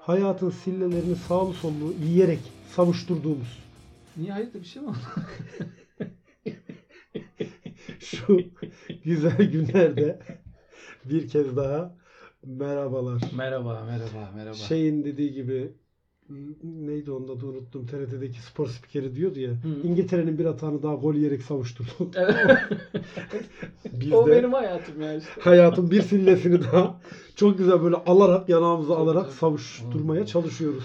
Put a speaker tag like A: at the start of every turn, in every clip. A: hayatın sillelerini sağlı sollu yiyerek savuşturduğumuz
B: Niye hayırdır bir şey mi oldu?
A: şu güzel günlerde bir kez daha merhabalar.
B: merhaba, merhaba, merhaba.
A: Şeyin dediği gibi neydi onun adı unuttum. TRT'deki spor spikeri diyordu ya.
B: Hı.
A: İngiltere'nin bir atağını daha gol yiyerek savuşturdu. Biz
B: o
A: de
B: benim hayatım ya işte.
A: hayatın bir sillesini daha çok güzel böyle alarak yanağımıza
B: Çok
A: alarak
B: güzel. Hmm.
A: savuşturmaya
B: Hı.
A: çalışıyoruz.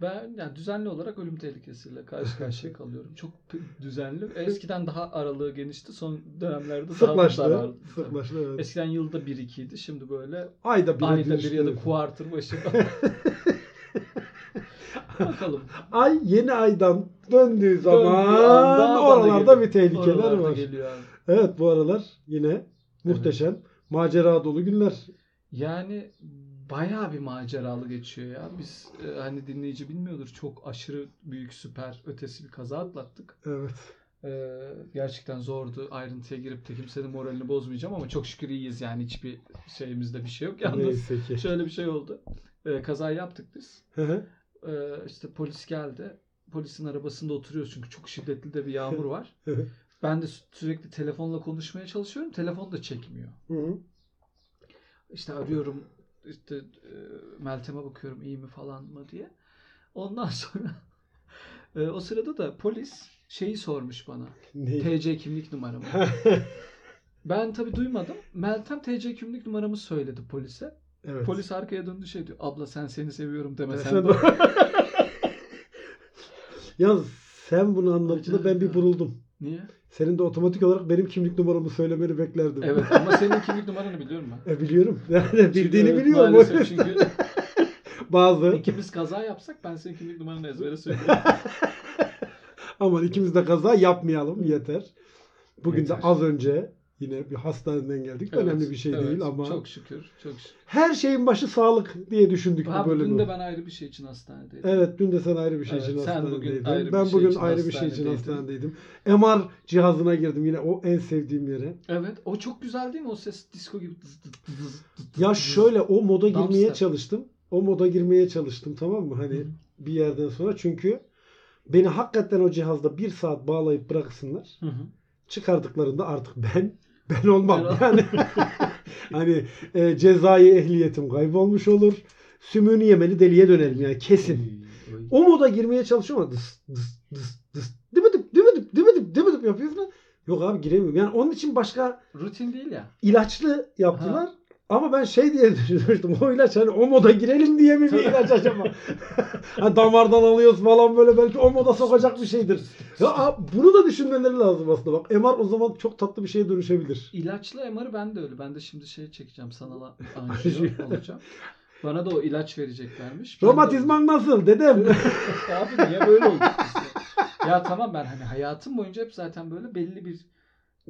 B: Ben yani düzenli olarak ölüm tehlikesiyle karşı karşıya kalıyorum. Çok p- düzenli. Eskiden daha aralığı genişti. Son dönemlerde daha
A: Sıklaştı.
B: zararlı.
A: Sıklaştı
B: Tabii.
A: evet.
B: Eskiden yılda bir ikiydi. Şimdi böyle
A: Ayda bir
B: ayda bir ya da kuartır başında. Bakalım.
A: Ay yeni aydan döndüğü zaman
B: Döndüğü anda bana
A: oralarda
B: geliyor.
A: bir tehlikeler
B: Oralarda
A: var.
B: geliyor abi.
A: Evet bu aralar yine muhteşem macera dolu günler.
B: Yani bayağı bir maceralı geçiyor ya. Biz e, hani dinleyici bilmiyordur çok aşırı büyük süper ötesi bir kaza atlattık.
A: Evet.
B: E, gerçekten zordu. Ayrıntıya girip de kimsenin moralini bozmayacağım ama çok şükür iyiyiz yani hiçbir şeyimizde bir şey yok. Yalnız
A: Neyse ki.
B: şöyle bir şey oldu. E, kaza yaptık biz.
A: Hı hı.
B: E, işte polis geldi. Polisin arabasında oturuyoruz çünkü çok şiddetli de bir yağmur var.
A: Evet.
B: Ben de sü- sürekli telefonla konuşmaya çalışıyorum. Telefon da çekmiyor.
A: Hı hı.
B: İşte arıyorum işte e, Meltem'e bakıyorum iyi mi falan mı diye. Ondan sonra e, o sırada da polis şeyi sormuş bana.
A: Ney?
B: TC kimlik numaramı. Ben tabii duymadım. Meltem TC kimlik numaramı söyledi polise.
A: evet.
B: Polis arkaya döndü şey diyor. Abla sen seni seviyorum deme sen
A: Sen-
B: de.
A: Yalnız sen bunu anlatınca ben bir
B: Acayip.
A: buruldum.
B: Niye?
A: Senin de otomatik olarak benim kimlik numaramı söylemeni beklerdim.
B: Evet ama senin kimlik numaranı biliyorum ben.
A: E, biliyorum. Yani bildiğini
B: Çünkü-
A: biliyorum.
B: Maalesef çünkü
A: Bazı.
B: ikimiz kaza yapsak ben senin kimlik numaranı ezbere söylüyorum.
A: Aman ikimiz de kaza yapmayalım yeter. Bugün
B: Yeter.
A: de az önce yine bir hastaneden geldik. Önemli bir şey
B: Evet,
A: değil
B: evet.
A: ama
B: Çok şükür. Çok şükür.
A: her şeyin başı sağlık diye düşündük
B: Ha,
A: bu
B: bugün
A: bölümü.
B: de ben ayrı bir şey için hastanedeydim.
A: Evet dün de sen ayrı bir şey
B: Evet,
A: için
B: sen bugün
A: hastanedeydin.
B: ayrı bir
A: ben
B: şey
A: bugün
B: için
A: ayrı bir şey için
B: hastanedeydin.
A: hastanedeydim. MR cihazına girdim yine o en sevdiğim yere.
B: Evet, o çok güzel değil mi? O ses disco gibi. dız dız dız dız dız
A: Ya
B: dız.
A: şöyle o moda
B: Dumpster.
A: girmeye çalıştım. O moda girmeye çalıştım tamam mı?
B: Hı
A: Hani
B: hı.
A: bir yerden sonra çünkü beni hakikaten o cihazda bir saat bağlayıp bıraksınlar.
B: Hı hı.
A: çıkardıklarında artık ben ben olmam.
B: Ben-
A: Yani hani e, cezai ehliyetim kaybolmuş olur. Sümüğünü yemeli deliye dönerim yani kesin.
B: Oy, oy.
A: O moda girmeye çalışıyorum ama dıs dıs dıs dıs dibidip dibidip dibidip dibidip yapıyorsun. lan. Yok abi giremiyorum. Yani onun için başka
B: Rutin değil ya.
A: ilaçlı yaptılar. Ama ben şey diye düşünmüştüm. O ilaç hani o moda girelim diye mi bir
B: Tabii.
A: ilaç acaba? hani damardan alıyoruz falan böyle belki o moda sokacak bir şeydir. Ya abi bunu da düşünmeleri lazım aslında bak. MR o zaman çok tatlı bir şeye dönüşebilir.
B: İlaçlı MR'ı ben de öyle. Ben de şimdi şey çekeceğim. Sanal anjiyo olacağım. Bana da o ilaç vereceklermiş. Ben de- Ee,
A: Romatizman nasıl dedem?
B: Abi niye böyle oldu? işte? ya tamam ben hani hayatım boyunca hep zaten böyle belli bir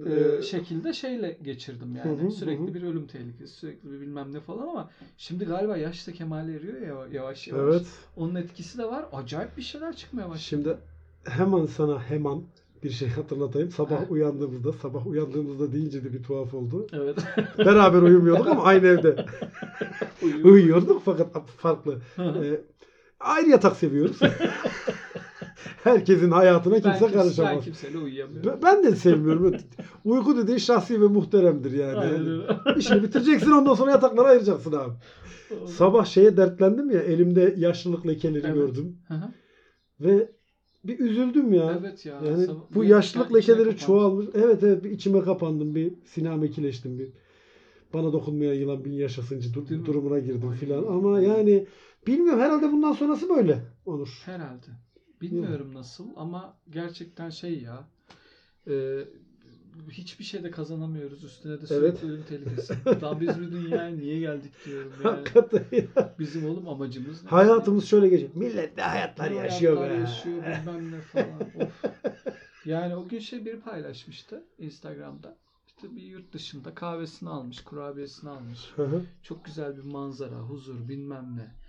B: e,
A: Ee,
B: şekilde şeyle geçirdim yani.
A: Hı hı, hı
B: sürekli
A: hı.
B: bir ölüm tehlikesi, sürekli bir bilmem ne falan ama şimdi galiba yaşta kemale eriyor ya yavaş yavaş.
A: evet.
B: Onun etkisi de var. Acayip bir şeyler çıkmaya başladı.
A: Şimdi hemen sana hemen bir şey hatırlatayım. Sabah
B: Heh.
A: uyandığımızda, sabah uyandığımızda deyince de bir tuhaf oldu.
B: Evet.
A: Beraber uyumuyorduk ama aynı evde uyuyorduk fakat farklı. Ee, ayrı yatak seviyoruz. Herkesin hayatına
B: ben,
A: kimse
B: kimse, ben
A: karışamaz.
B: kimseyle uyuyamıyorum.
A: Ben, ben de sevmiyorum. Uyku dediğin şahsi ve muhteremdir yani.
B: Aynen
A: yani
B: öyle.
A: İşini bitireceksin ondan sonra yataklara ayıracaksın abi. Sabah şeye dertlendim ya elimde yaşlılık lekeleri
B: Evet.
A: gördüm.
B: Hı hı.
A: Ve bir üzüldüm ya.
B: evet ya.
A: Yani
B: sabah-
A: bu
B: bir-
A: yaşlılık
B: yani içine
A: lekeleri
B: kapanmış.
A: çoğalmış. Evet evet bir içime kapandım. Bir siname kileştim. Bir bana dokunmayan yılan bin yaşasıncı dur-
B: Değil mi?
A: durumuna girdim
B: Ay.
A: filan. Ama yani bilmiyorum herhalde bundan sonrası böyle olur.
B: Herhalde. Bilmiyorum nasıl ama gerçekten şey ya. E, hiçbir şey de kazanamıyoruz. Üstüne de sürekli
A: Evet.
B: ölüm tehlikesi. Daha biz bu dünyaya niye geldik diyorum yani.
A: Hakikaten.
B: Bizim oğlum amacımız ne?
A: Hayatımız şöyle geçiyor. Millet de
B: Ne
A: hayatlar
B: hayatlar
A: yaşıyor be.
B: yaşıyor bilmem ne falan. of. Yani o gün şey biri paylaşmıştı Instagram'da. İşte bir yurt dışında kahvesini almış, kurabiyesini almış.
A: Hı hı.
B: Çok güzel bir manzara, huzur bilmem ne.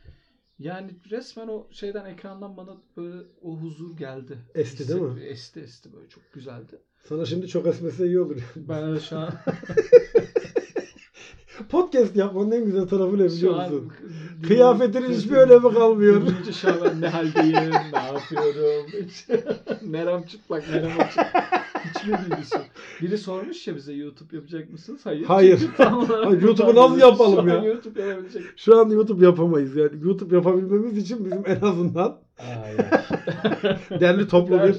B: Yani resmen o şeyden ekrandan bana böyle o huzur geldi.
A: Esti değil mi?
B: Esti esti böyle çok güzeldi.
A: Sana şimdi çok esmese iyi olur.
B: Ben de şu an
A: Podcast yapmanın en güzel tarafı ne biliyor musun?
B: an-
A: Kıyafetinin hiçbir önemi kalmıyor.
B: Dinleyici şu an ben ne haldeyim, ne yapıyorum. Hiç- Nerem çıplak, nerem açık. Hiçbir bilgisi yok. Biri sormuş ya bize YouTube yapacak mısınız? Hayır.
A: Hayır.
B: Çünkü tam olarak
A: Hayır, YouTube'u
B: buradan
A: nasıl
B: biliyoruz. Şu
A: yapalım ya?
B: an YouTube yapabilecek.
A: Şu an YouTube yapamayız yani. YouTube yapabilmemiz için bizim en azından derli toplu bir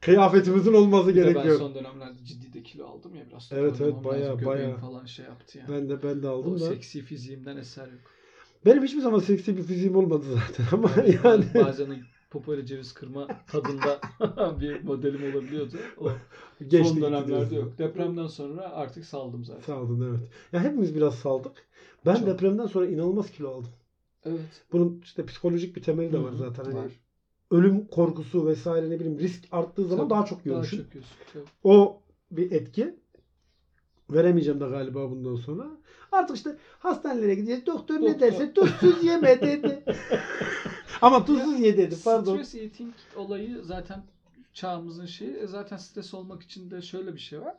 A: kıyafetimizin olması
B: Bir de ben
A: gerekiyor.
B: son dönemlerde ciddi de kilo aldım ya biraz.
A: Evet, evet,
B: toparlamam
A: bayağı,
B: lazım. Göbeğim
A: bayağı.
B: falan şey yaptı yani.
A: Ben de ben de
B: o şey.
A: aldım da.
B: seksi fiziğimden eser yok.
A: Benim hiçbir zaman seksi bir fiziğim olmadı zaten ama
B: Yani
A: yani
B: ben Bazen o popo ile ceviz kırma tadında bir modelim olabiliyordu. O
A: geçti
B: son
A: gitti
B: dönemlerde
A: diyorsun.
B: yok. Depremden sonra artık saldım zaten.
A: Saldın evet. Ya hepimiz biraz saldık. Ben
B: Çok.
A: depremden sonra inanılmaz kilo aldım.
B: Evet.
A: Bunun işte psikolojik bir temeli de var
B: Hı hı,
A: zaten. Hani
B: var.
A: ölüm korkusu vesaire ne bileyim risk arttığı zaman
B: Tabii,
A: daha çok
B: Daha
A: yiyormuşum.
B: çok yiyorsun. Tabii.
A: O bir etki. Veremeyeceğim de galiba bundan sonra. Artık işte hastanelere gideceğiz. Doktor ne
B: Doktor.
A: derse tuzsuz yeme dedi. Ama tuzsuz ye dedi pardon.
B: Stres eating olayı zaten çağımızın şeyi. E zaten stres olmak için de şöyle bir şey var.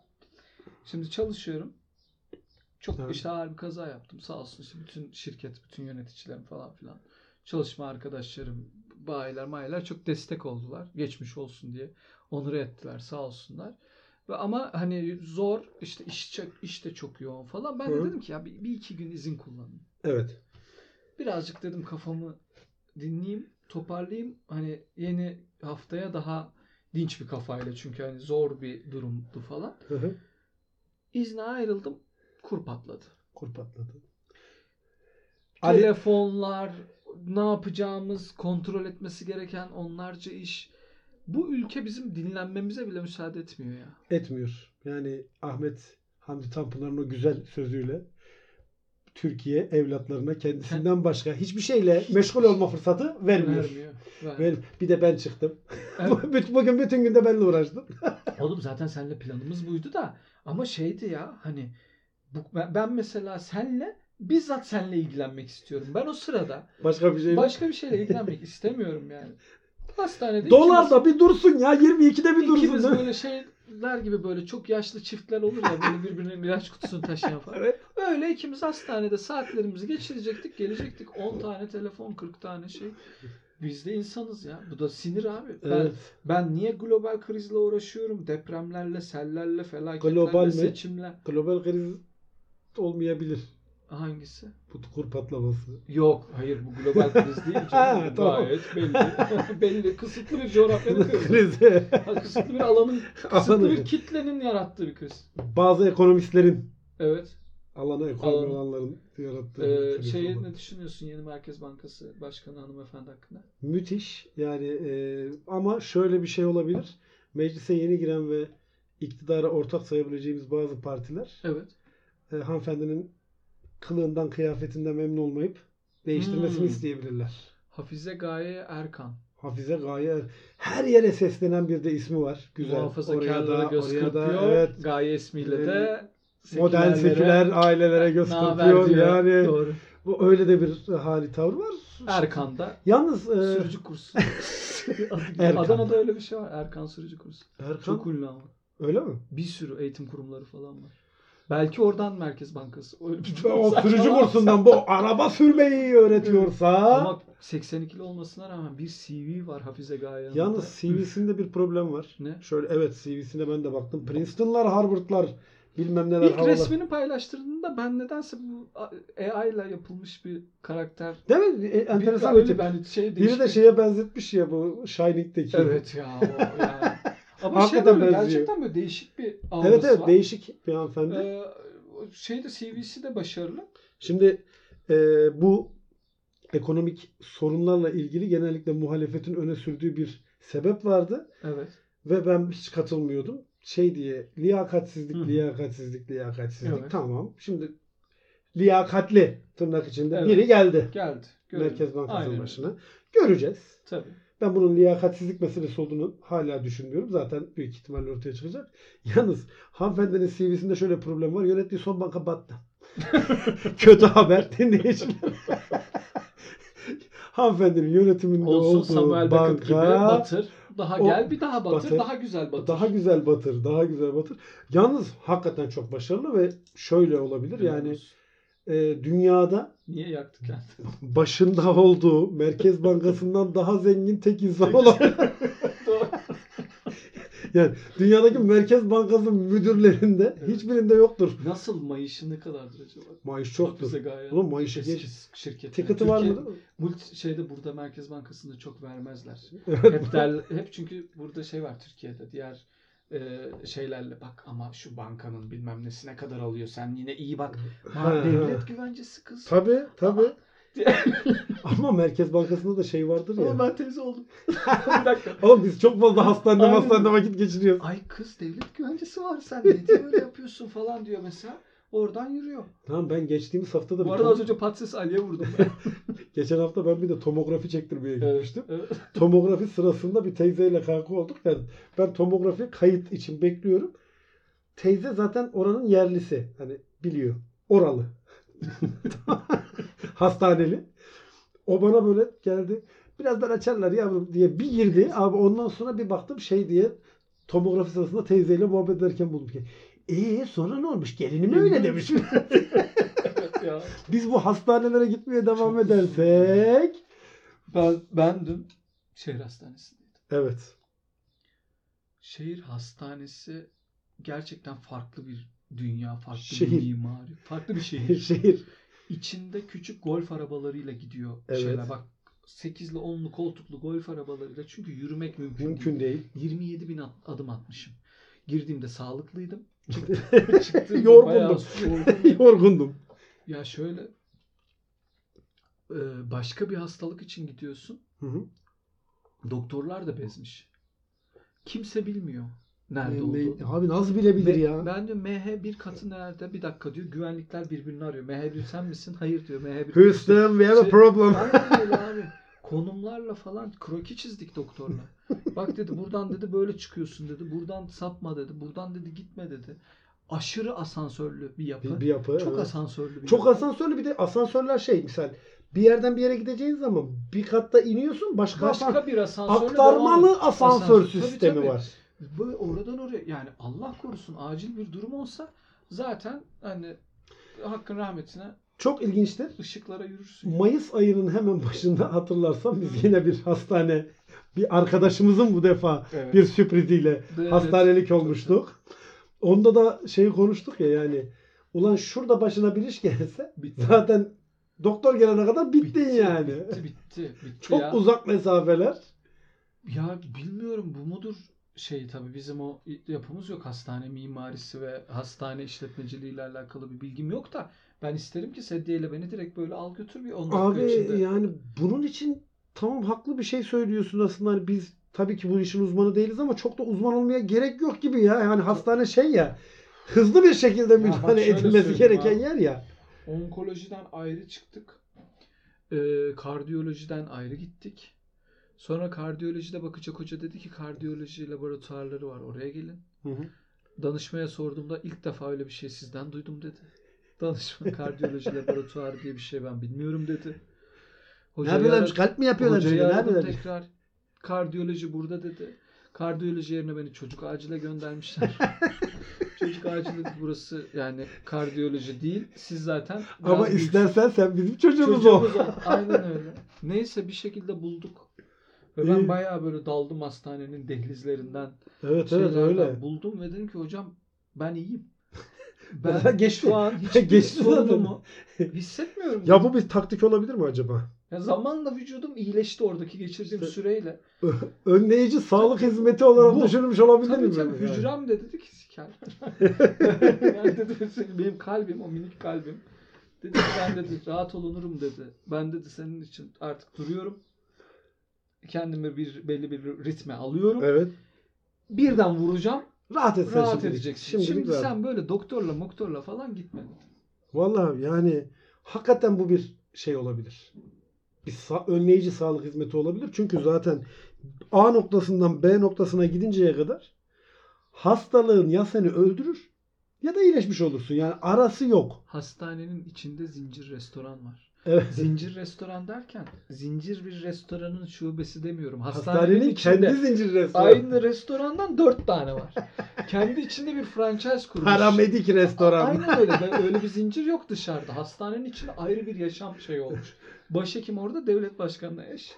B: Şimdi çalışıyorum. Çok
A: Evet.
B: işte ağır bir kaza yaptım. Sağ olsun işte bütün şirket, bütün yöneticilerim falan filan. Çalışma arkadaşlarım, bayiler, mayiler çok destek oldular. Geçmiş olsun diye onur ettiler sağ olsunlar. Ve ama hani zor işte iş, çok- iş de çok yoğun falan. Ben de
A: Hı.
B: dedim ki ya bir, bir iki gün izin kullanayım.
A: Evet.
B: Birazcık dedim kafamı dinleyeyim, toparlayayım. Hani yeni haftaya daha dinç bir kafayla çünkü hani zor bir durumdu falan.
A: Hı hı.
B: İzne ayrıldım, kur patladı.
A: Kur patladı. Ali-
B: Telefonlar, ne yapacağımız, kontrol etmesi gereken onlarca iş. Bu ülke bizim dinlenmemize bile müsaade etmiyor ya.
A: etmiyor. Yani Ahmet Hamdi Tanpınar'ın o güzel sözüyle Türkiye evlatlarına kendisinden başka hiçbir şeyle meşgul olma fırsatı vermiyor.
B: Vermiyor. vermiyor.
A: Ver- Bir de ben çıktım.
B: Evet.
A: Bütün- Bugün bütün günde benle uğraştım.
B: Oğlum zaten seninle planımız buydu da ama şeydi ya hani bu, ben, ben mesela senle bizzat senle ilgilenmek istiyorum. Ben o sırada
A: Başka bir şey yok.
B: başka bir şeyle ilgilenmek istemiyorum yani. Hastanede
A: Dolar da bir dursun ya 22'de bir
B: ikimiz,
A: dursun.
B: ikimiz
A: ha.
B: böyle şeyler gibi böyle çok yaşlı çiftler olur ya böyle birbirinin ilaç kutusunu taşıyan falan.
A: Evet.
B: Öyle ikimiz hastanede saatlerimizi geçirecektik gelecektik 10 tane telefon 40 tane şey. Biz de insanız ya. Bu da sinir abi. Ben
A: Evet.
B: ben niye global krizle uğraşıyorum? Depremlerle, sellerle, felaketlerle,
A: Global mi?
B: seçimle.
A: Global kriz olmayabilir.
B: Hangisi?
A: Bu kur patlaması.
B: Yok, hayır bu global kriz değil canım.
A: Ha,
B: Bu
A: tamam.
B: Gayet belli. belli. Kısıtlı bir coğrafyanın krizi.
A: Krizi.
B: Ha, Kısıtlı bir alanın, kısıtlı
A: Alanı.
B: bir kitlenin yarattığı bir kriz.
A: Bazı ekonomistlerin
B: Evet.
A: alanı ekonomi
B: Alan.
A: alanların yarattığı
B: Ee,
A: kriz
B: şey
A: olabilir.
B: ne düşünüyorsun yeni Merkez Bankası Başkanı hanımefendi hakkında?
A: Müthiş. Yani e, ama şöyle bir şey olabilir. Meclise yeni giren ve iktidara ortak sayabileceğimiz bazı partiler
B: Evet.
A: e, hanımefendinin kılığından, kıyafetinden memnun olmayıp değiştirmesini
B: Hmm.
A: isteyebilirler.
B: Hafize Gaye Erkan.
A: Hafize Gaye her yere seslenen bir de ismi var. Güzel.
B: Muhafazakarlara göz kırpıyor.
A: evet.
B: Gaye ismiyle de
A: Modern seküler ailelere göz
B: naber
A: kırpıyor.
B: diyor.
A: Yani
B: Doğru.
A: bu öyle de bir hali tavrı var.
B: Erkan da
A: Yalnız e,
B: Sürücü kursu.
A: Erkan.
B: Adana'da öyle bir şey var. Erkan sürücü kursu.
A: Erkan
B: Çok ünlü ama.
A: öyle mi?
B: Bir sürü eğitim kurumları falan var. Belki oradan Merkez Bankası. Öyle bir
A: O sürücü
B: Saçmalama.
A: kursundan bu araba sürmeyi öğretiyorsa
B: Ama 82'li olmasına rağmen bir CV var Hafize Gaye'nin.
A: yalnız CV'sinde bir problem var.
B: Ne?
A: Şöyle evet CV'sine ben de baktım. Princeton'lar, Harvard'lar bilmem neler
B: İlk
A: havalar.
B: resmini paylaştırdığında ben nedense bu AI ile yapılmış bir karakter.
A: Değil mi? E, enteresan
B: Bir-
A: bir tip.
B: Ben şey
A: Biri de
B: değişik-
A: şeye benzetmiş ya bu Shining'deki.
B: Evet ya. O yani. Ama şey
A: Hakikaten
B: böyle,
A: benziyor.
B: gerçekten böyle değişik bir aurası
A: Evet evet
B: var.
A: değişik bir hanımefendi.
B: Ee, şey de CV'si de başarılı.
A: Şimdi e, bu ekonomik sorunlarla ilgili genellikle muhalefetin öne sürdüğü bir sebep vardı.
B: Evet.
A: Ve ben hiç katılmıyordum. Şey diye liyakatsizlik,
B: Hı hı.
A: liyakatsizlik, liyakatsizlik.
B: Evet.
A: Tamam. Şimdi liyakatli tırnak içinde
B: Evet.
A: biri geldi.
B: Geldi.
A: Merkez Bankası'nın
B: Aynen öyle.
A: başına. Göreceğiz.
B: Tabii.
A: Ben bunun liyakatsizlik meselesi olduğunu hala düşünmüyorum. Zaten büyük ihtimalle ortaya çıkacak. Yalnız hanımefendinin CV'sinde şöyle bir problem var. Yönettiği son banka battı. Kötü haber dinleyiciler. hanımefendinin yönetiminde
B: Olsun
A: olduğu
B: Samuel Beckett gibi
A: banka
B: batır. Daha
A: O-
B: gel bir daha batır,
A: batır.
B: Daha güzel batır.
A: daha güzel batır, daha güzel batır. Yalnız hakikaten çok başarılı ve şöyle olabilir yani e, dünyada
B: Niye yaktı kendini?
A: başında olduğu Merkez Bankası'ndan daha zengin tek insan olan
B: Doğru.
A: yani dünyadaki Merkez Bankası müdürlerinde
B: Evet.
A: hiçbirinde yoktur.
B: Nasıl mayışı ne kadardır acaba?
A: Maaş
B: Bak
A: çoktur.
B: bize gayet
A: Oğlum maaşı
B: eski
A: geç.
B: şirketler.
A: Ticket'ı var
B: Türkiye-
A: mı?
B: Multi, şeyde burada Merkez Bankası'nda çok vermezler.
A: Evet.
B: hep der, hep çünkü burada şey var Türkiye'de diğer e, şeylerle bak ama şu bankanın bilmem nesine kadar alıyor sen yine iyi bak.
A: Ha.
B: Ha, devlet güvencesi kız.
A: Tabii tabii.
B: Ama
A: Ama Merkez Bankası'nda da şey vardır ya.
B: ben teyze oldum. bir dakika.
A: Oğlum biz çok fazla hastanede
B: Aynen.
A: hastanede vakit geçiriyoruz.
B: Ay kız devlet güvencesi var sen ne diye öyle yapıyorsun falan diyor mesela. Oradan yürüyor.
A: Tamam ben geçtiğimiz hafta da bir
B: Bu arada
A: tom-
B: az önce Patses Ali'ye vurdum. Ben.
A: geçen hafta ben bir de tomografi çektirmeye gitmiştim.
B: Evet.
A: Tomografi sırasında bir teyzeyle kanka olduk. Yani ben tomografi kayıt için bekliyorum. Teyze zaten oranın yerlisi. Hani biliyor. Oralı. Hastaneli. O bana böyle geldi. Birazdan açarlar yavrum diye bir girdi. Abi ondan sonra bir baktım şey diye tomografi sırasında teyzeyle muhabbet ederken buldum ki. Eee sonra ne olmuş? Gelinim öyle demiş.
B: Evet ya.
A: Biz bu hastanelere gitmeye devam
B: Çok üzüldüm.
A: edersek.
B: Ben, ben dün şehir hastanesindeydim.
A: Evet.
B: Şehir hastanesi gerçekten farklı bir dünya, farklı
A: Şehir.
B: bir mimari, farklı bir şehir.
A: Şehir.
B: İçinde küçük golf arabalarıyla gidiyor
A: Evet.
B: şeyler. Bak 8'li 10'lu koltuklu golf arabalarıyla çünkü yürümek mümkün,
A: Mümkün değil.
B: değil. 27 bin at- adım atmışım. Girdiğimde sağlıklıydım. Çıktığımda bayağı
A: Yorgundum.
B: yorgundum.
A: Yorgundum.
B: ya şöyle e, başka bir hastalık için gidiyorsun.
A: Hı hı.
B: Doktorlar da bezmiş. Kimse bilmiyor nerede
A: Ne-
B: olduğunu.
A: ne- Abi nasıl bilebilir
B: Ve
A: ya?
B: Ben diyor MH1 katı nerede? Bir dakika diyor. Güvenlikler birbirini arıyor. MH1 sen misin? Hayır diyor. MH1 diyor.
A: Houston we have a
B: Şey-
A: problem.
B: Aynen öyle abi. Konumlarla falan kroki çizdik doktorla. Bak dedi buradan dedi böyle çıkıyorsun dedi. Buradan sapma dedi. Buradan dedi gitme dedi. Aşırı asansörlü bir yapı.
A: Bir, bir yapı.
B: Çok
A: evet.
B: asansörlü bir
A: Çok
B: yapı.
A: asansörlü bir de asansörler şey misal bir yerden bir yere gideceğin zaman bir katta iniyorsun başka, asan-
B: Başka bir asansörle devam
A: aktarmalı
B: et.
A: asansör,
B: Asansör. Tabii,
A: sistemi
B: tabii.
A: var.
B: Böyle oradan oraya yani Allah korusun acil bir durum olsa zaten hani hakkın rahmetine
A: Çok ilginçtir.
B: ışıklara yürürsün.
A: Mayıs ayının hemen başında hatırlarsam biz yine bir hastane bir arkadaşımızın bu defa
B: Evet.
A: bir sürpriziyle
B: Evet.
A: hastanelik olmuştuk. Onda da şeyi konuştuk ya yani ulan şurada başına bir iş gelse
B: Bitti.
A: zaten doktor gelene kadar bittin
B: Bitti,
A: yani.
B: Bitti bitti. bitti
A: Çok
B: ya.
A: uzak mesafeler.
B: Ya bilmiyorum bu mudur şey tabii bizim o yapımız yok. Hastane mimarisi ve hastane işletmeciliğiyle alakalı bir bilgim yok da ben isterim ki Sedye ile beni direkt böyle al götür bir 10 dakika
A: Abi
B: içinde.
A: yani bunun için tamam haklı bir şey söylüyorsun aslında Hani biz tabii ki bu işin uzmanı değiliz ama çok da uzman olmaya gerek yok gibi ya. Yani hastane şey ya hızlı bir şekilde
B: bak
A: müdahale
B: şöyle
A: edilmesi
B: söyleyeyim
A: gereken
B: ha.
A: yer ya.
B: Onkolojiden ayrı çıktık. Ee, kardiyolojiden ayrı gittik. Sonra kardiyolojide bakacak hoca dedi ki kardiyoloji laboratuvarları var oraya gelin. Danışmaya sorduğumda ilk defa öyle bir şey sizden duydum dedi. Danışma kardiyoloji laboratuvarı diye bir şey ben bilmiyorum dedi.
A: Ne
B: Hocayı
A: yapıyorlarmış?
B: aradım-
A: Kalp mi yapıyorlar
B: hocayı
A: şimdi? Ne
B: aradım
A: yapıyorlar?
B: tekrar. Kardiyoloji burada dedi. Kardiyoloji yerine beni çocuk acile göndermişler. çocuk acili burası yani kardiyoloji değil. Siz zaten biraz
A: Ama
B: büyük-
A: istersen sen bizim çocuğumuz ol.
B: çocuğumuz ol. Aynen öyle. Neyse bir şekilde bulduk. Ve ben
A: İyi.
B: bayağı böyle daldım hastanenin dehlizlerinden
A: Evet evet
B: şeylerden
A: öyle.
B: buldum ve dedim ki hocam ben iyiyim.
A: Ben
B: Ben
A: geçtim.
B: şu an hiçbir
A: geçtim zaten.
B: sorunumu hissetmiyorum.
A: Ya bu bir taktik olabilir mi acaba?
B: Ya zamanla vücudum iyileşti oradaki geçirdiğim
A: İşte-
B: süreyle.
A: Önleyici sağlık hizmeti olarak
B: Bu.
A: düşünülmüş olabilir
B: Tabii
A: mi?
B: canım
A: yani?
B: hücrem de dedi ki siker. yani dedi, benim kalbim o minik kalbim. Dedi ki ben dedi rahat olunurum dedi. Ben dedi senin için artık duruyorum. Kendimi bir belli bir ritme alıyorum.
A: Evet.
B: Birden vuracağım.
A: Rahat etsen
B: rahat
A: şimdilik.
B: edeceksin.
A: Şimdilik
B: Şimdi
A: rahat.
B: sen böyle doktorla moktorla falan gitme.
A: Vallahi yani hakikaten bu bir şey olabilir. Bir sa- önleyici sağlık hizmeti olabilir. Çünkü zaten A noktasından B noktasına gidinceye kadar hastalığın ya seni öldürür ya da iyileşmiş olursun. Yani arası yok.
B: Hastanenin içinde zincir restoran var.
A: Evet.
B: Zincir restoran derken zincir bir restoranın şubesi demiyorum. Hastanenin,
A: Hastanenin
B: içinde
A: kendi zinciri restoranı.
B: aynı restorandan dört tane var. kendi içinde bir franchise kurmuş.
A: Paramedik restoran.
B: Aynen öyle. Ben- öyle bir zincir yok dışarıda. Hastanenin içinde ayrı bir yaşam şey olmuş. Başhekim orada devlet başkanına eş.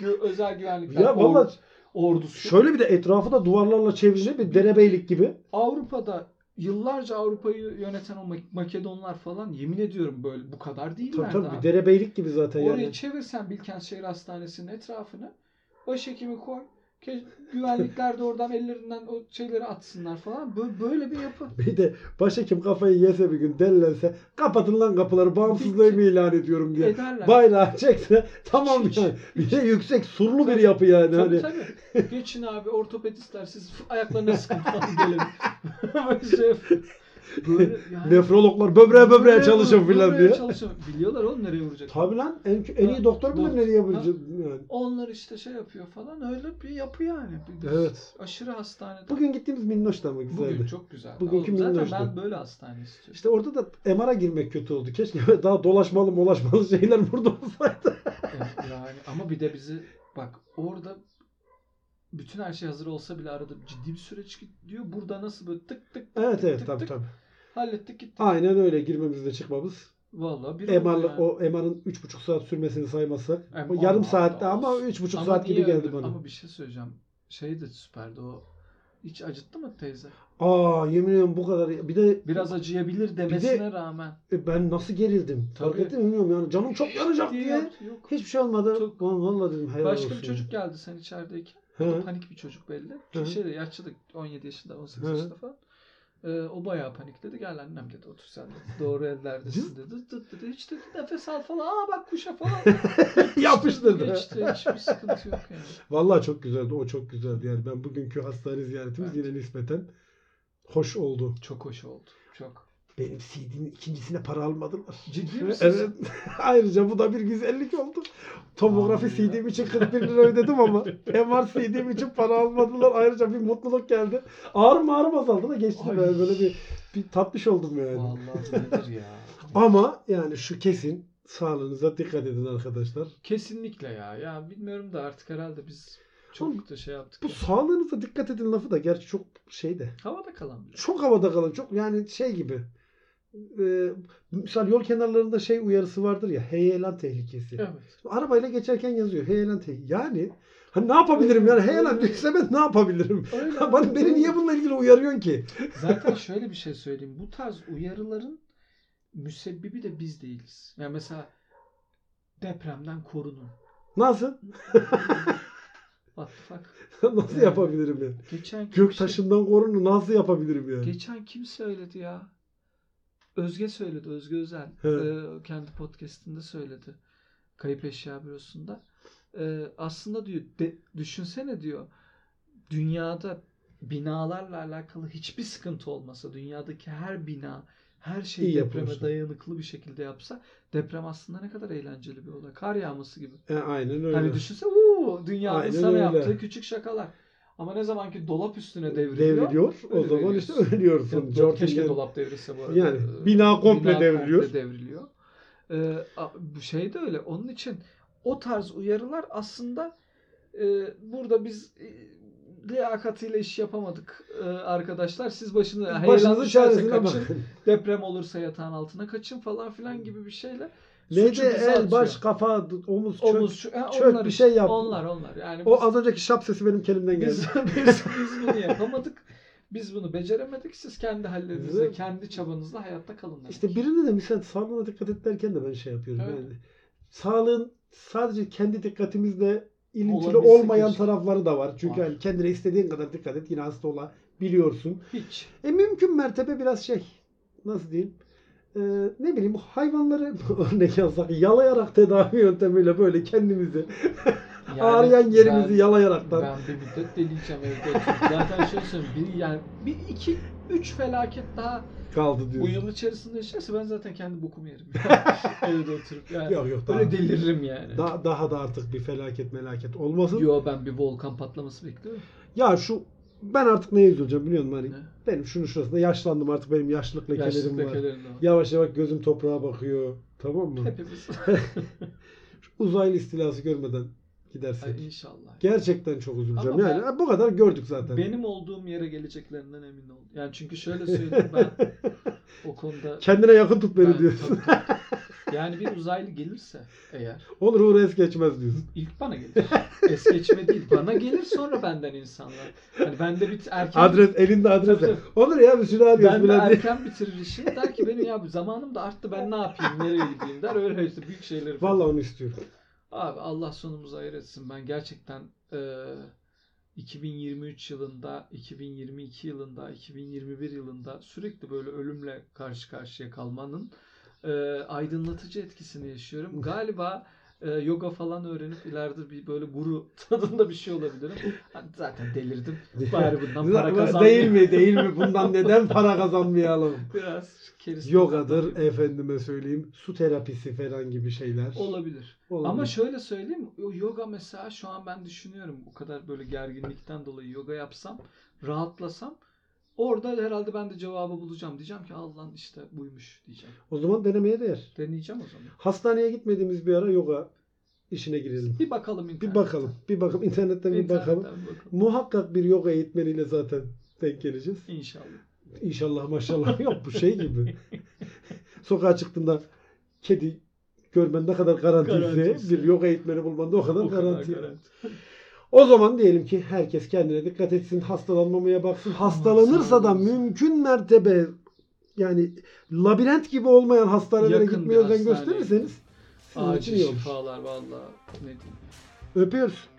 B: Gü- Özel güvenlik.
A: Ya valla
B: ordusu.
A: şöyle bir de etrafı da duvarlarla çevrili bir derebeylik gibi.
B: Avrupa'da yıllarca Avrupa'yı yöneten o Mak- Makedonlar falan yemin ediyorum böyle bu kadar
A: Tabii
B: değiller
A: tabii
B: daha.
A: bir derebeylik gibi zaten
B: Oraya
A: yani.
B: çevirsen Bilkent Şehir Hastanesi'nin etrafını başhekimi koy. Ke- Güvenlikler de oradan ellerinden o şeyleri atsınlar falan. Bö- Böyle bir yapı.
A: Bir de başhekim kafayı yese bir gün delilense kapatın lan kapıları bağımsızlığımı ilan ediyorum diye.
B: Ederler.
A: Bayrağı çekse tamam
B: Hiç,
A: yani. Bir
B: hiç.
A: de yüksek surlu bir
B: Tabii,
A: yapı yani.
B: Tabii
A: Hani
B: tabii. Geçin abi ortopedistler siz ayaklarına sıkın falan gelin. Böyle şey yap- Böyle yani.
A: nefrologlar böbreğe böbreğe
B: Böbreğe
A: çalışın
B: vurun,
A: filan
B: böbreğe
A: diye.
B: çalışın. Biliyorlar oğlum nereye vuracak.
A: Tabii lan en, en iyi
B: Ha,
A: doktor bile
B: doktor.
A: nereye yapacak yani.
B: Onlar işte şey yapıyor falan öyle bir yapı yani. Bir- bir
A: Evet.
B: Aşırı hastanede.
A: Bugün gittiğimiz Minnoş da mı güzeldi?
B: Bugün çok güzel.
A: Bugünkü
B: Oğlum Zaten
A: minnoştu.
B: ben böyle hastane istiyorum.
A: İşte orada da MR'a girmek kötü oldu. Keşke daha dolaşmalı molaşmalı şeyler burada olsaydı.
B: Evet, yani ama bir de bizi bak orada bütün her şey hazır olsa bile arada ciddi bir süreç gidiyor. Burada nasıl böyle tık tık tık
A: Evet
B: tık
A: evet
B: tık
A: tabii
B: tık
A: tabii.
B: hallettik gittik.
A: Aynen öyle girmemizle çıkmamız.
B: Vallahi bir
A: MR,
B: oldu yani.
A: o MR'ın 3,5 saat sürmesini saymazsak.
B: Em-
A: o yarım
B: Allah
A: saatte
B: Allah
A: ama
B: olsun.
A: 3,5
B: Ama
A: saat gibi
B: niye
A: geldi
B: öyle-
A: bana.
B: Ama bir şey söyleyeceğim. Şey de süperdi o. Hiç acıttı mı teyze?
A: Aa yemin ediyorum bu kadar. Bir de
B: Biraz acıyabilir demesine rağmen.
A: e, ben nasıl gerildim. Fark
B: Tabii.
A: ettim mi bilmiyorum yani. Canım çok yanacak diye.
B: Yok.
A: Hiçbir şey olmadı.
B: Çok-
A: Ulan vallahi dedim helal
B: Başka
A: olsun.
B: bir çocuk geldi sen içerideyken.
A: He.
B: panik bir çocuk belli.
A: Hı.
B: Şey de yaşlı da 17 yaşında 18
A: Hı.
B: yaşında falan. Ee, o bayağı panikledi. Gel annem dedi otur sen dedi. Doğru ellerdesin dedi. Dıt dedi. Hiç dedi nefes al falan. Aa bak kuşa falan.
A: Yapıştırdı.
B: Geçti. Hiçbir sıkıntı yok yani.
A: Vallahi çok güzeldi. O çok güzeldi. Yani ben bugünkü hastane ziyaretimiz
B: Bence.
A: yine nispeten hoş oldu.
B: Çok hoş oldu. Çok.
A: Benim CD'nin ikincisine para almadılar.
B: Ciddi misin?
A: Evet. Ayrıca bu da bir güzellik oldu. Tomografi
B: Vallahi ya.
A: CD'm için 41 lira ödedim ama MR CD'm için para almadılar. Ayrıca bir mutluluk geldi. Ağrım ağrım azaldı da geçti.
B: Ay.
A: Ben böyle bir, bir tatlış oldum yani.
B: Vallahi bu nedir ya.
A: Ama yani şu kesin sağlığınıza dikkat edin arkadaşlar.
B: Kesinlikle ya. Ya bilmiyorum da artık herhalde biz
A: Oğlum,
B: çok da şey yaptık.
A: Bu
B: ya.
A: sağlığınıza dikkat edin lafı da gerçi çok şey de.
B: Havada kalan bile.
A: Çok havada kalan çok yani şey gibi. Ee, misal yol kenarlarında şey uyarısı vardır ya E heyelan tehlikesi.
B: Evet.
A: Arabayla geçerken yazıyor. Heyelan te- Yani hani ne yapabilirim yani heyelan düşse ben ne yapabilirim?
B: Öyle
A: Ha, Bana,
B: abi,
A: beni
B: öyle.
A: niye bununla ilgili uyarıyorsun ki?
B: Zaten şöyle bir şey söyleyeyim. Bu tarz uyarıların müsebbibi de biz değiliz. Yani mesela depremden korunun.
A: Nasıl?
B: What the fuck? şey
A: Nasıl
B: Yani.
A: yapabilirim yani?
B: Geçen kim
A: Gök taşından korunu nasıl yapabilirim yani?
B: geçen kim söyledi ya? Özge söyledi. Özge Özel.
A: He.
B: Ee, kendi podcastinde söyledi. Kayıp Eşya Bürosu'nda. Ee, aslında diyor de- düşünsene diyor dünyada binalarla alakalı hiçbir sıkıntı olmasa dünyadaki her bina her
A: İyi
B: şey depreme
A: yapılmış.
B: dayanıklı bir şekilde yapsa deprem aslında ne kadar eğlenceli bir olay. Kar yağması gibi.
A: E, aynen öyle.
B: Hani düşünsene uuu dünyanın
A: Aynen
B: sana
A: öyle. Ee,
B: yaptığı küçük şakalar. Ama ne zaman ki dolap üstüne devriliyor.
A: Devriliyor. O
B: Öyle
A: zaman işte
B: veriyorsun. Ya,
A: ölüyorsun.
B: do-
A: Jordan
B: keşke
A: Yen-
B: dolap devrilse bu arada.
A: Yani
B: Ee,
A: bina komple devriliyor.
B: komple devriliyor. Ee, a- bu şey de öyle. Onun için o tarz uyarılar aslında e, burada biz e, liyakatiyle iş yapamadık e, arkadaşlar. Siz başını heyelan
A: Başınızı
B: düşerse
A: çaresine
B: kaçın.
A: bakın.
B: Deprem olursa yatağın altına kaçın falan filan gibi bir şeyle.
A: Neydi
B: suçu bize
A: el,
B: atıyor.
A: baş, kafa, omuz, çök.
B: omuz şu, ha,
A: çök
B: onlar
A: bir
B: işte.
A: şey yap.
B: Onlar onlar. Yani
A: O
B: biz-
A: az önceki şap sesi benim kelimden geldi.
B: biz, biz, biz bunu yapamadık. Biz bunu beceremedik. Siz kendi hallerinizle,
A: Bize-
B: kendi çabanızla hayatta kalın. demek.
A: İşte birine de mesela sağlığına dikkat et derken de ben şey yapıyorum.
B: Evet.
A: Yani sağlığın sadece kendi dikkatimizle ilintili
B: Olabilse
A: olmayan
B: keşke.
A: tarafları da var. Çünkü
B: Var.
A: hani kendine istediğin kadar dikkat et yine hasta olabiliyorsun.
B: hiç.
A: E mümkün mertebe biraz şey nasıl diyeyim? Ee, ne bileyim bu hayvanları örnek alsak yalayarak tedavi yöntemiyle böyle kendimizi
B: Yani
A: ağrıyan yerimizi
B: ben,
A: yalayaraktan
B: ben bir müddet deliyeceğim evde. oturup. Zaten şöyle söyleyeyim. Bir, yani bir iki üç felaket daha
A: kaldı
B: bu
A: diyorsun.
B: yıl içerisinde yaşarsa ben zaten kendi bokumu yerim. Evde oturup yani.
A: Yok yok daha,
B: Böyle deliririm yani.
A: daha, daha da artık bir felaket melaket olmasın.
B: Yo ben bir volkan patlaması bekliyorum.
A: Ya şu ben artık neye üzüleceğim biliyor musun? Hani
B: Ne?
A: Benim şunun şurasında yaşlandım artık benim yaşlılık lekelerim
B: Yaşlılık
A: var.
B: lekelerim de var.
A: Yavaş yavaş gözüm toprağa bakıyor. Tamam mı?
B: Hepimiz.
A: Uzaylı istilası görmeden gidersek.
B: Ay, inşallah.
A: Gerçekten çok üzüleceğim.
B: Ama
A: yani
B: ben-
A: bu kadar gördük zaten.
B: Benim olduğum yere geleceklerinden emin ol. Yani çünkü şöyle söyleyeyim ben o konuda
A: Kendine yakın tut beni
B: Ben-
A: diyorsun.
B: tabii, tabii. Yani bir uzaylı gelirse eğer
A: Olur uğra es geçmez diyorsun.
B: ilk bana gelir. Es geçme değil. Bana gelir sonra benden insanlar. Yani ben de bir erken
A: Adres elinde adres.
B: Tabii,
A: Olur ya bir sürü adres
B: ben de
A: falan diye.
B: erken bitirir işi. Der ki benim ya bu zamanım da arttı ben ne yapayım nereye gideyim der. Öyle işte büyük şeyleri. falan.
A: Valla onu istiyorum.
B: Abi Allah sonumuzu hayır etsin. Ben gerçekten e, 2023 yılında, 2022 yılında, 2021 yılında sürekli böyle ölümle karşı karşıya kalmanın e, aydınlatıcı etkisini yaşıyorum. Galiba e, yoga falan öğrenip ileride bir böyle guru tadında bir şey olabilirim. Hani zaten delirdim. Bari bundan para
A: Değil
B: kazanmayayım.
A: mi değil mi? Bundan neden para kazanmayalım?
B: Biraz kerisi
A: Yogadır efendime söyleyeyim. Su terapisi falan gibi şeyler.
B: Olabilir.
A: Olabilir.
B: Ama şöyle söyleyeyim o yoga mesela şu an ben düşünüyorum o kadar böyle gerginlikten dolayı yoga yapsam rahatlasam orada herhalde ben de cevabı bulacağım. Diyeceğim ki Allah'ın işte buymuş diyeceğim.
A: O zaman denemeye değer.
B: Deneyeceğim o zaman.
A: Hastaneye gitmediğimiz bir ara yoga işine girelim.
B: Bir bakalım
A: Bir
B: internetten.
A: bakalım. Bir bakalım. internetten bir
B: İnternetten
A: bakalım. Muhakkak bir yoga eğitmeniyle zaten denk geleceğiz.
B: İnşallah.
A: İnşallah maşallah yok bu şey gibi. Sokağa çıktığında kedi görmen ne kadar garantiyse
B: Garantisi.
A: bir yoga eğitmeni bulman da o kadar
B: O kadar
A: garanti.
B: garanti.
A: O zaman diyelim ki herkes kendine dikkat etsin, hastalanmamaya baksın. Hastalanırsa da
B: sağ olun.
A: mümkün mertebe yani labirent gibi olmayan hastanelere
B: Yakın bir
A: gitmeye özen
B: hastaneye.
A: gösterirseniz sizin için iyi
B: Acil
A: olur.
B: şifalar valla. Ne diyeyim.
A: Öpüyoruz.